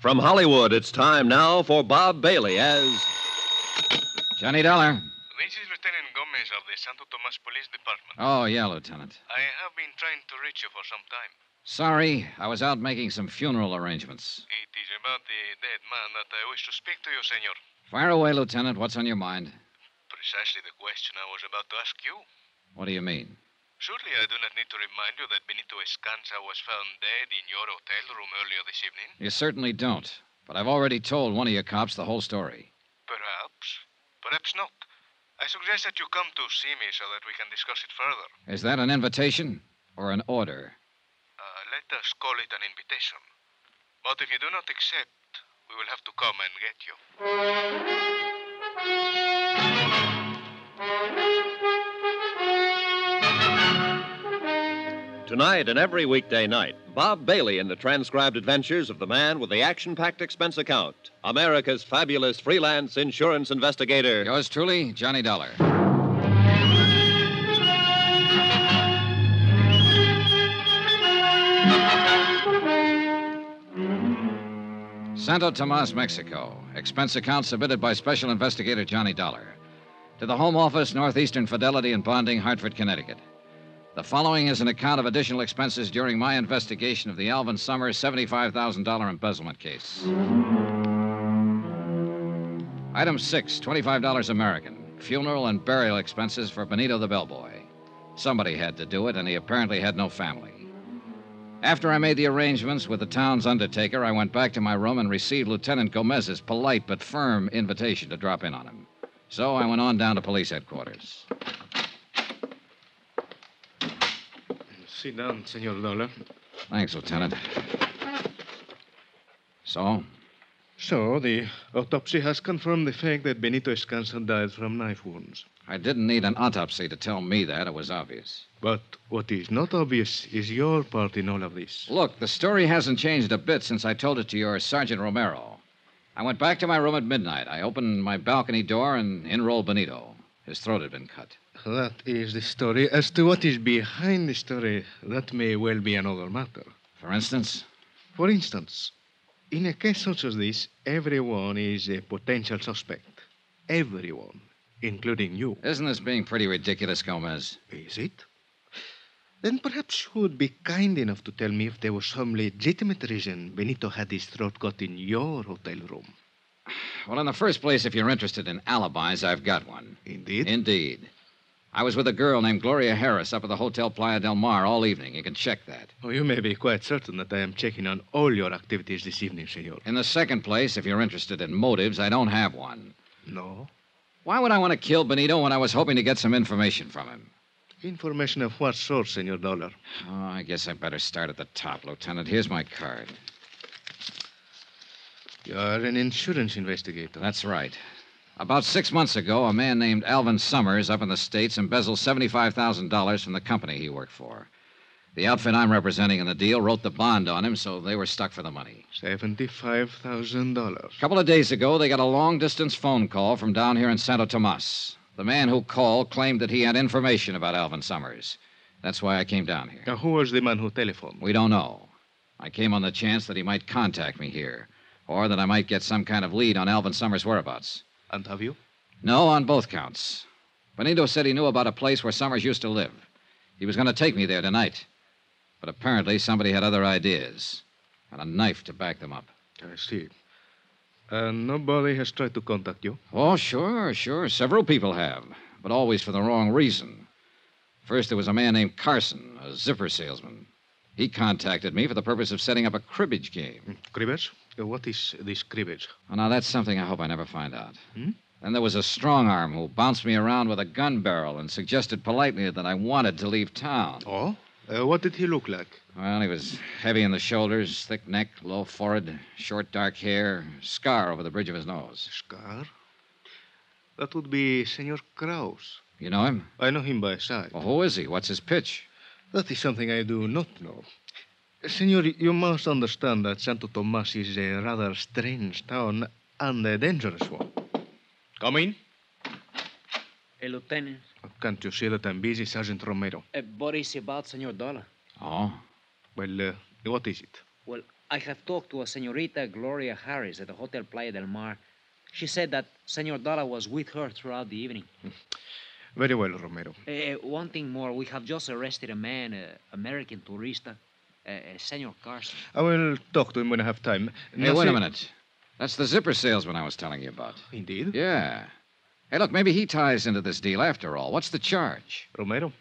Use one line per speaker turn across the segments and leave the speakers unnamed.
From Hollywood, it's time now for Bob Bailey as.
Johnny Dollar.
This is Lieutenant Gomez of the Santo Tomas Police Department.
Oh, yeah, Lieutenant.
I have been trying to reach you for some time.
Sorry, I was out making some funeral arrangements.
It is about the dead man that I wish to speak to you, senor.
Fire away, Lieutenant. What's on your mind?
Precisely the question I was about to ask you.
What do you mean?
Surely I do not need to remind you that Benito Escanza was found dead in your hotel room earlier this evening.
You certainly don't. But I've already told one of your cops the whole story.
Perhaps. Perhaps not. I suggest that you come to see me so that we can discuss it further.
Is that an invitation or an order?
Uh, let us call it an invitation. But if you do not accept, we will have to come and get you.
Tonight and every weekday night, Bob Bailey in the transcribed adventures of the man with the action packed expense account, America's fabulous freelance insurance investigator.
Yours truly, Johnny Dollar. Santo Tomas, Mexico. Expense account submitted by Special Investigator Johnny Dollar. To the Home Office, Northeastern Fidelity and Bonding, Hartford, Connecticut. The following is an account of additional expenses during my investigation of the Alvin Summers $75,000 embezzlement case. Item 6, $25 American. Funeral and burial expenses for Benito the bellboy. Somebody had to do it, and he apparently had no family. After I made the arrangements with the town's undertaker, I went back to my room and received Lieutenant Gomez's polite but firm invitation to drop in on him. So I went on down to police headquarters.
Sit down, Senor Dollar.
Thanks, Lieutenant. So,
So, the autopsy has confirmed the fact that Benito Escanza died from knife wounds.
I didn't need an autopsy to tell me that. It was obvious.
But what is not obvious is your part in all of this.
Look, the story hasn't changed a bit since I told it to your Sergeant Romero. I went back to my room at midnight. I opened my balcony door and in rolled Benito. His throat had been cut.
That is the story. As to what is behind the story, that may well be another matter.
For instance,
For instance, in a case such as this, everyone is a potential suspect. Everyone, including you.
isn't this being pretty ridiculous, Gomez?
Is it? Then perhaps you would be kind enough to tell me if there was some legitimate reason Benito had his throat cut in your hotel room.
Well, in the first place, if you're interested in alibis, I've got one.
Indeed.
Indeed. I was with a girl named Gloria Harris up at the Hotel Playa del Mar all evening. You can check that.
Oh, you may be quite certain that I am checking on all your activities this evening, senor.
In the second place, if you're interested in motives, I don't have one.
No.
Why would I want to kill Benito when I was hoping to get some information from him?
Information of what sort, senor Dollar?
Oh, I guess I better start at the top, Lieutenant. Here's my card.
You are an insurance investigator.
That's right. About six months ago, a man named Alvin Summers up in the States embezzled $75,000 from the company he worked for. The outfit I'm representing in the deal wrote the bond on him, so they were stuck for the money.
$75,000.
A couple of days ago, they got a long distance phone call from down here in Santo Tomas. The man who called claimed that he had information about Alvin Summers. That's why I came down here.
Now, who was the man who telephoned?
We don't know. I came on the chance that he might contact me here, or that I might get some kind of lead on Alvin Summers' whereabouts.
And have you?
No, on both counts. Benito said he knew about a place where Summers used to live. He was going to take me there tonight. But apparently somebody had other ideas and a knife to back them up.
I see. And nobody has tried to contact you?
Oh, sure, sure. Several people have, but always for the wrong reason. First, there was a man named Carson, a zipper salesman. He contacted me for the purpose of setting up a cribbage game.
Cribbage? Uh, What is this cribbage?
Well, Oh, now that's something I hope I never find out.
Hmm?
Then there was a strong arm who bounced me around with a gun barrel and suggested politely that I wanted to leave town.
Oh? Uh, what did he look like?
Well, he was heavy in the shoulders, thick neck, low forehead, short dark hair, scar over the bridge of his nose.
Scar? That would be Senor Kraus.
You know him?
I know him by sight.
Well, who is he? What's his pitch?
That is something I do not know. Senor, you must understand that Santo Tomas is a rather strange town and a dangerous one. Come in.
Hey, Lieutenant,
Oh, Can't you see that I'm busy, Sergeant
Eh,
Romero?
uh, Boris about Senor Dollar.
Oh,
Well, uh, what is it?
Well, I have talked to a Senorita Gloria Harris at the Hotel Playa del Mar. She said that Senor Dalla was with her throughout the evening.
Very well, Romero.
Eh, one thing more, we have just arrested a man, uh, American tourista, uh, uh, Senor Carson.
I will talk to him when I have time.
Hey, Eh, wait a minute. That's the zipper salesman I was telling you about.
Indeed.
Yeah. Hey, look, maybe he ties into this deal after all. What's the charge?
Romero,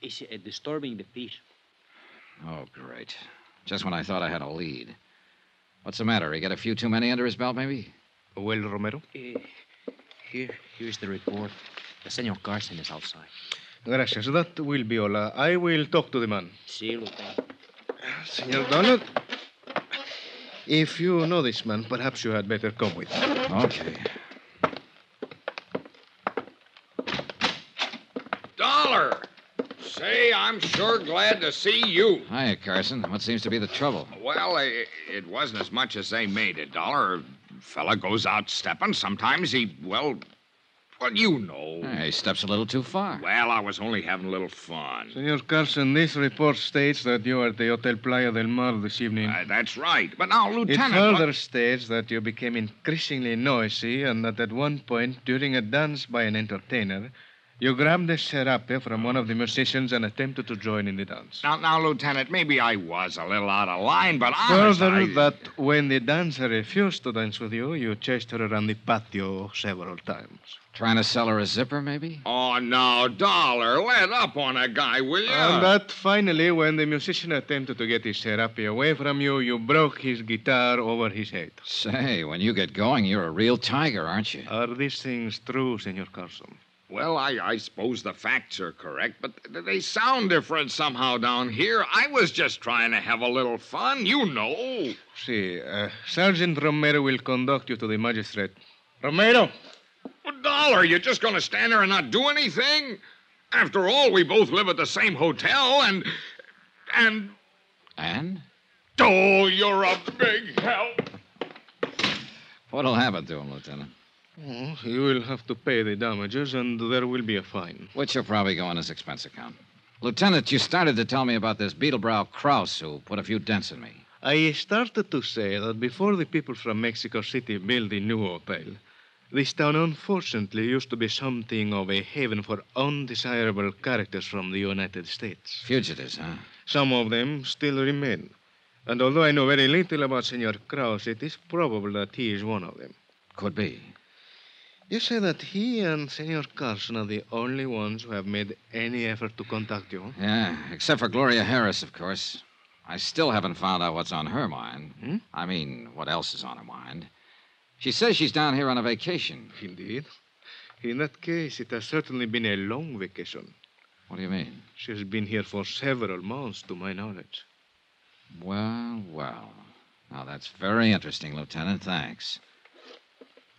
Is uh, disturbing the peace.
Oh, great. Just when I thought I had a lead. What's the matter? He got a few too many under his belt, maybe?
well, Romero.
Eh, here, here's the report. The Senor Carson is outside.
Gracias. That will be all. Uh, I will talk to the man.
See, Lieutenant.
Senor Donald, if you know this man, perhaps you had better come with me.
Okay.
Dollar! Say, I'm sure glad to see you.
Hiya, Carson. What seems to be the trouble?
Well, it, it wasn't as much as they made it, Dollar. A fella goes out stepping. Sometimes he, well, well, you know.
Hey, he steps a little too far.
Well, I was only having a little fun.
Senor Carson, this report states that you were at the Hotel Playa del Mar this evening.
Uh, that's right. But now,
It
Lieutenant.
further states that you became increasingly noisy and that at one point, during a dance by an entertainer, you grabbed a serape from one of the musicians and attempted to join in the dance.
Now, now, Lieutenant, maybe I was a little out of line, but honest,
Further,
I...
that when the dancer refused to dance with you, you chased her around the patio several times.
Trying to sell her a zipper, maybe?
Oh, no, Dollar, let up on a guy, will you?
And that finally, when the musician attempted to get his serape away from you, you broke his guitar over his head.
Say, when you get going, you're a real tiger, aren't you?
Are these things true, Senor Carson?
Well, I, I suppose the facts are correct, but th- they sound different somehow down here. I was just trying to have a little fun, you know.
See, uh, Sergeant Romero will conduct you to the magistrate. Romero!
What dollar? You're just going to stand there and not do anything? After all, we both live at the same hotel, and. and.
And?
Oh, you're a big help.
What'll happen to him, Lieutenant?
Oh, you will have to pay the damages, and there will be a fine.
Which will probably go on his expense account. Lieutenant, you started to tell me about this Beetlebrow Krause who put a few dents in me.
I started to say that before the people from Mexico City built the new hotel, this town unfortunately used to be something of a haven for undesirable characters from the United States.
Fugitives, huh?
Some of them still remain. And although I know very little about Senor Krause, it is probable that he is one of them.
Could be.
You say that he and Senor Carson are the only ones who have made any effort to contact you.
Yeah, except for Gloria Harris, of course. I still haven't found out what's on her mind.
Hmm?
I mean, what else is on her mind. She says she's down here on a vacation.
Indeed. In that case, it has certainly been a long vacation.
What do you mean?
She has been here for several months, to my knowledge.
Well, well. Now, that's very interesting, Lieutenant. Thanks.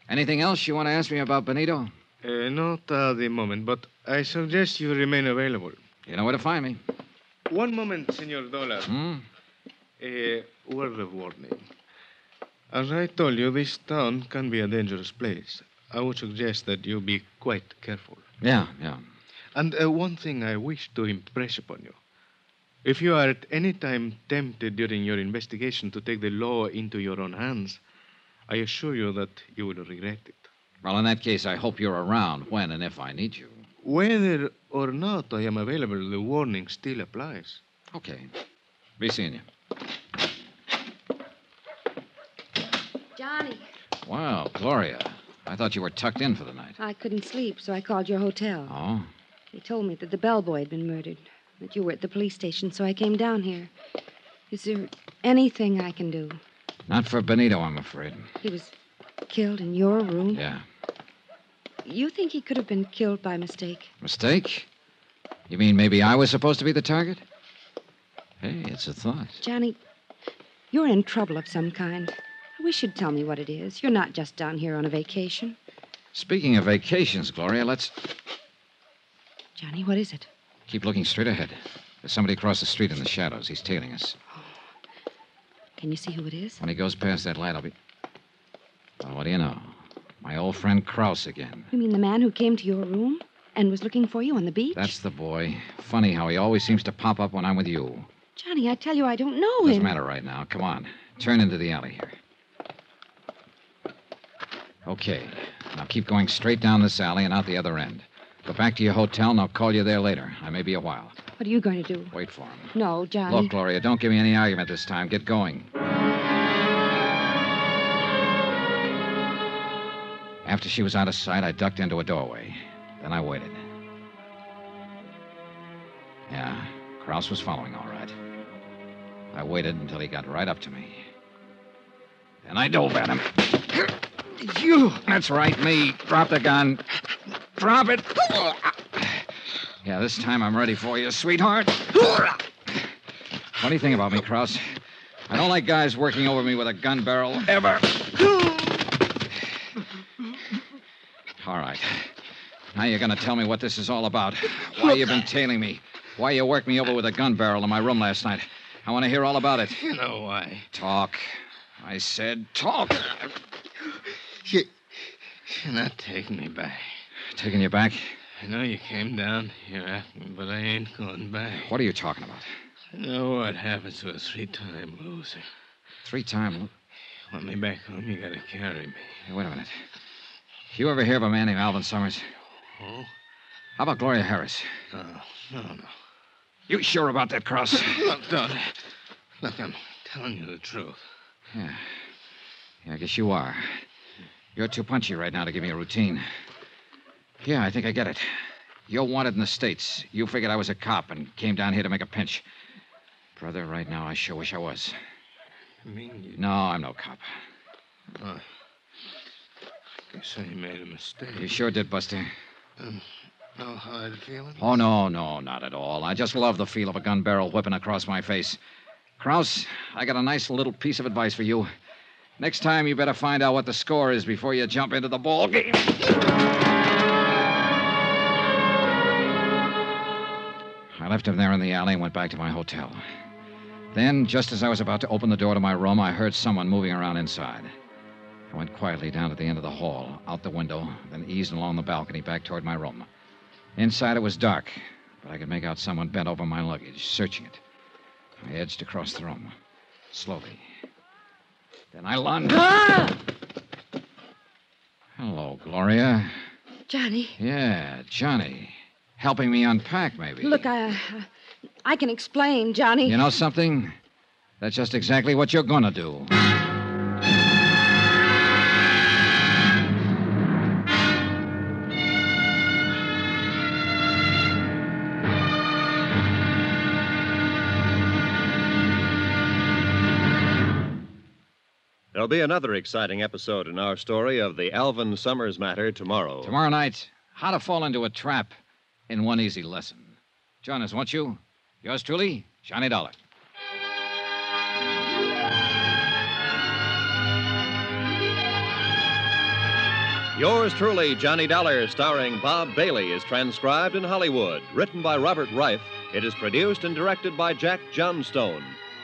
Anything else you want to ask me about Benito?
Uh, not at the moment, but I suggest you remain available.
You know where to find me.
One moment, Senor Dollar.
Hmm?
A word of Uh, warning. As I told you, this town can be a dangerous place. I would suggest that you be quite careful.
Yeah, yeah.
And uh, one thing I wish to impress upon you. If you are at any time tempted during your investigation to take the law into your own hands, I assure you that you will regret it.
Well, in that case, I hope you're around when and if I need you.
Whether or not I am available, the warning still applies.
Okay. Be seeing you.
Johnny,
Wow, Gloria. I thought you were tucked in for the night.
I couldn't sleep, so I called your hotel.
Oh?
They told me that the bellboy had been murdered, that you were at the police station, so I came down here. Is there anything I can do?
Not for Benito, I'm afraid.
He was killed in your room.
Yeah.
You think he could have been killed by mistake?
Mistake? You mean maybe I was supposed to be the target? Hey, it's a thought.
Johnny, you're in trouble of some kind. I wish you'd tell me what it is. You're not just down here on a vacation.
Speaking of vacations, Gloria, let's
Johnny, what is it?
keep looking straight ahead. There's somebody across the street in the shadows. He's tailing us.
Can you see who it is?
When he goes past that light, I'll be. Well, what do you know? My old friend Krause again.
You mean the man who came to your room and was looking for you on the beach?
That's the boy. Funny how he always seems to pop up when I'm with you.
Johnny, I tell you, I don't know him.
Doesn't matter right now. Come on. Turn into the alley here. Okay. Now keep going straight down this alley and out the other end. Go back to your hotel, and I'll call you there later. I may be a while.
What are you going to do?
Wait for him.
No, Johnny.
Look, Gloria, don't give me any argument this time. Get going. After she was out of sight, I ducked into a doorway. Then I waited. Yeah, Kraus was following all right. I waited until he got right up to me. Then I dove at him. You! That's right, me. Drop the gun. Drop it. Yeah, this time I'm ready for you, sweetheart. Funny thing about me, Kraus. I don't like guys working over me with a gun barrel ever. All right. Now you're going to tell me what this is all about. Why you've been tailing me. Why you worked me over with a gun barrel in my room last night. I want to hear all about it.
You know why.
Talk. I said talk.
You, you're not taking me back.
Taking you back?
I know you came down here after me, but I ain't going back.
What are you talking about?
I know what happens to a three-time loser.
Three time.
Want me back home, you gotta carry me.
Hey, wait a minute. You ever hear of a man named Alvin Summers?
Oh?
How about Gloria Harris?
No, Oh, no, no.
You sure about that, Cross?
Look, Donna. Look, I'm telling you the truth.
Yeah. yeah. I guess you are. You're too punchy right now to give me a routine. Yeah, I think I get it. You're wanted in the States. You figured I was a cop and came down here to make a pinch. Brother, right now, I sure wish I was.
I mean, you
No, I'm no cop.
guess I made a mistake.
You sure did, Buster.
No hard feelings?
Oh, no, no, not at all. I just love the feel of a gun barrel whipping across my face. Kraus, I got a nice little piece of advice for you. Next time, you better find out what the score is before you jump into the ball game. I left him there in the alley and went back to my hotel. Then, just as I was about to open the door to my room, I heard someone moving around inside. I went quietly down to the end of the hall, out the window, then eased along the balcony back toward my room. Inside it was dark, but I could make out someone bent over my luggage, searching it. I edged across the room, slowly. Then I lunged.
Ah!
Hello, Gloria.
Johnny,
Yeah, Johnny. Helping me unpack, maybe.
look, I, I- I can explain, Johnny.
You know something? That's just exactly what you're gonna do.
There'll be another exciting episode in our story of the Alvin Summers matter tomorrow.
Tomorrow night, how to fall into a trap in one easy lesson. Join us, won't you? Yours truly, Johnny Dollar.
Yours truly, Johnny Dollar, starring Bob Bailey, is transcribed in Hollywood. Written by Robert Reif, it is produced and directed by Jack Johnstone.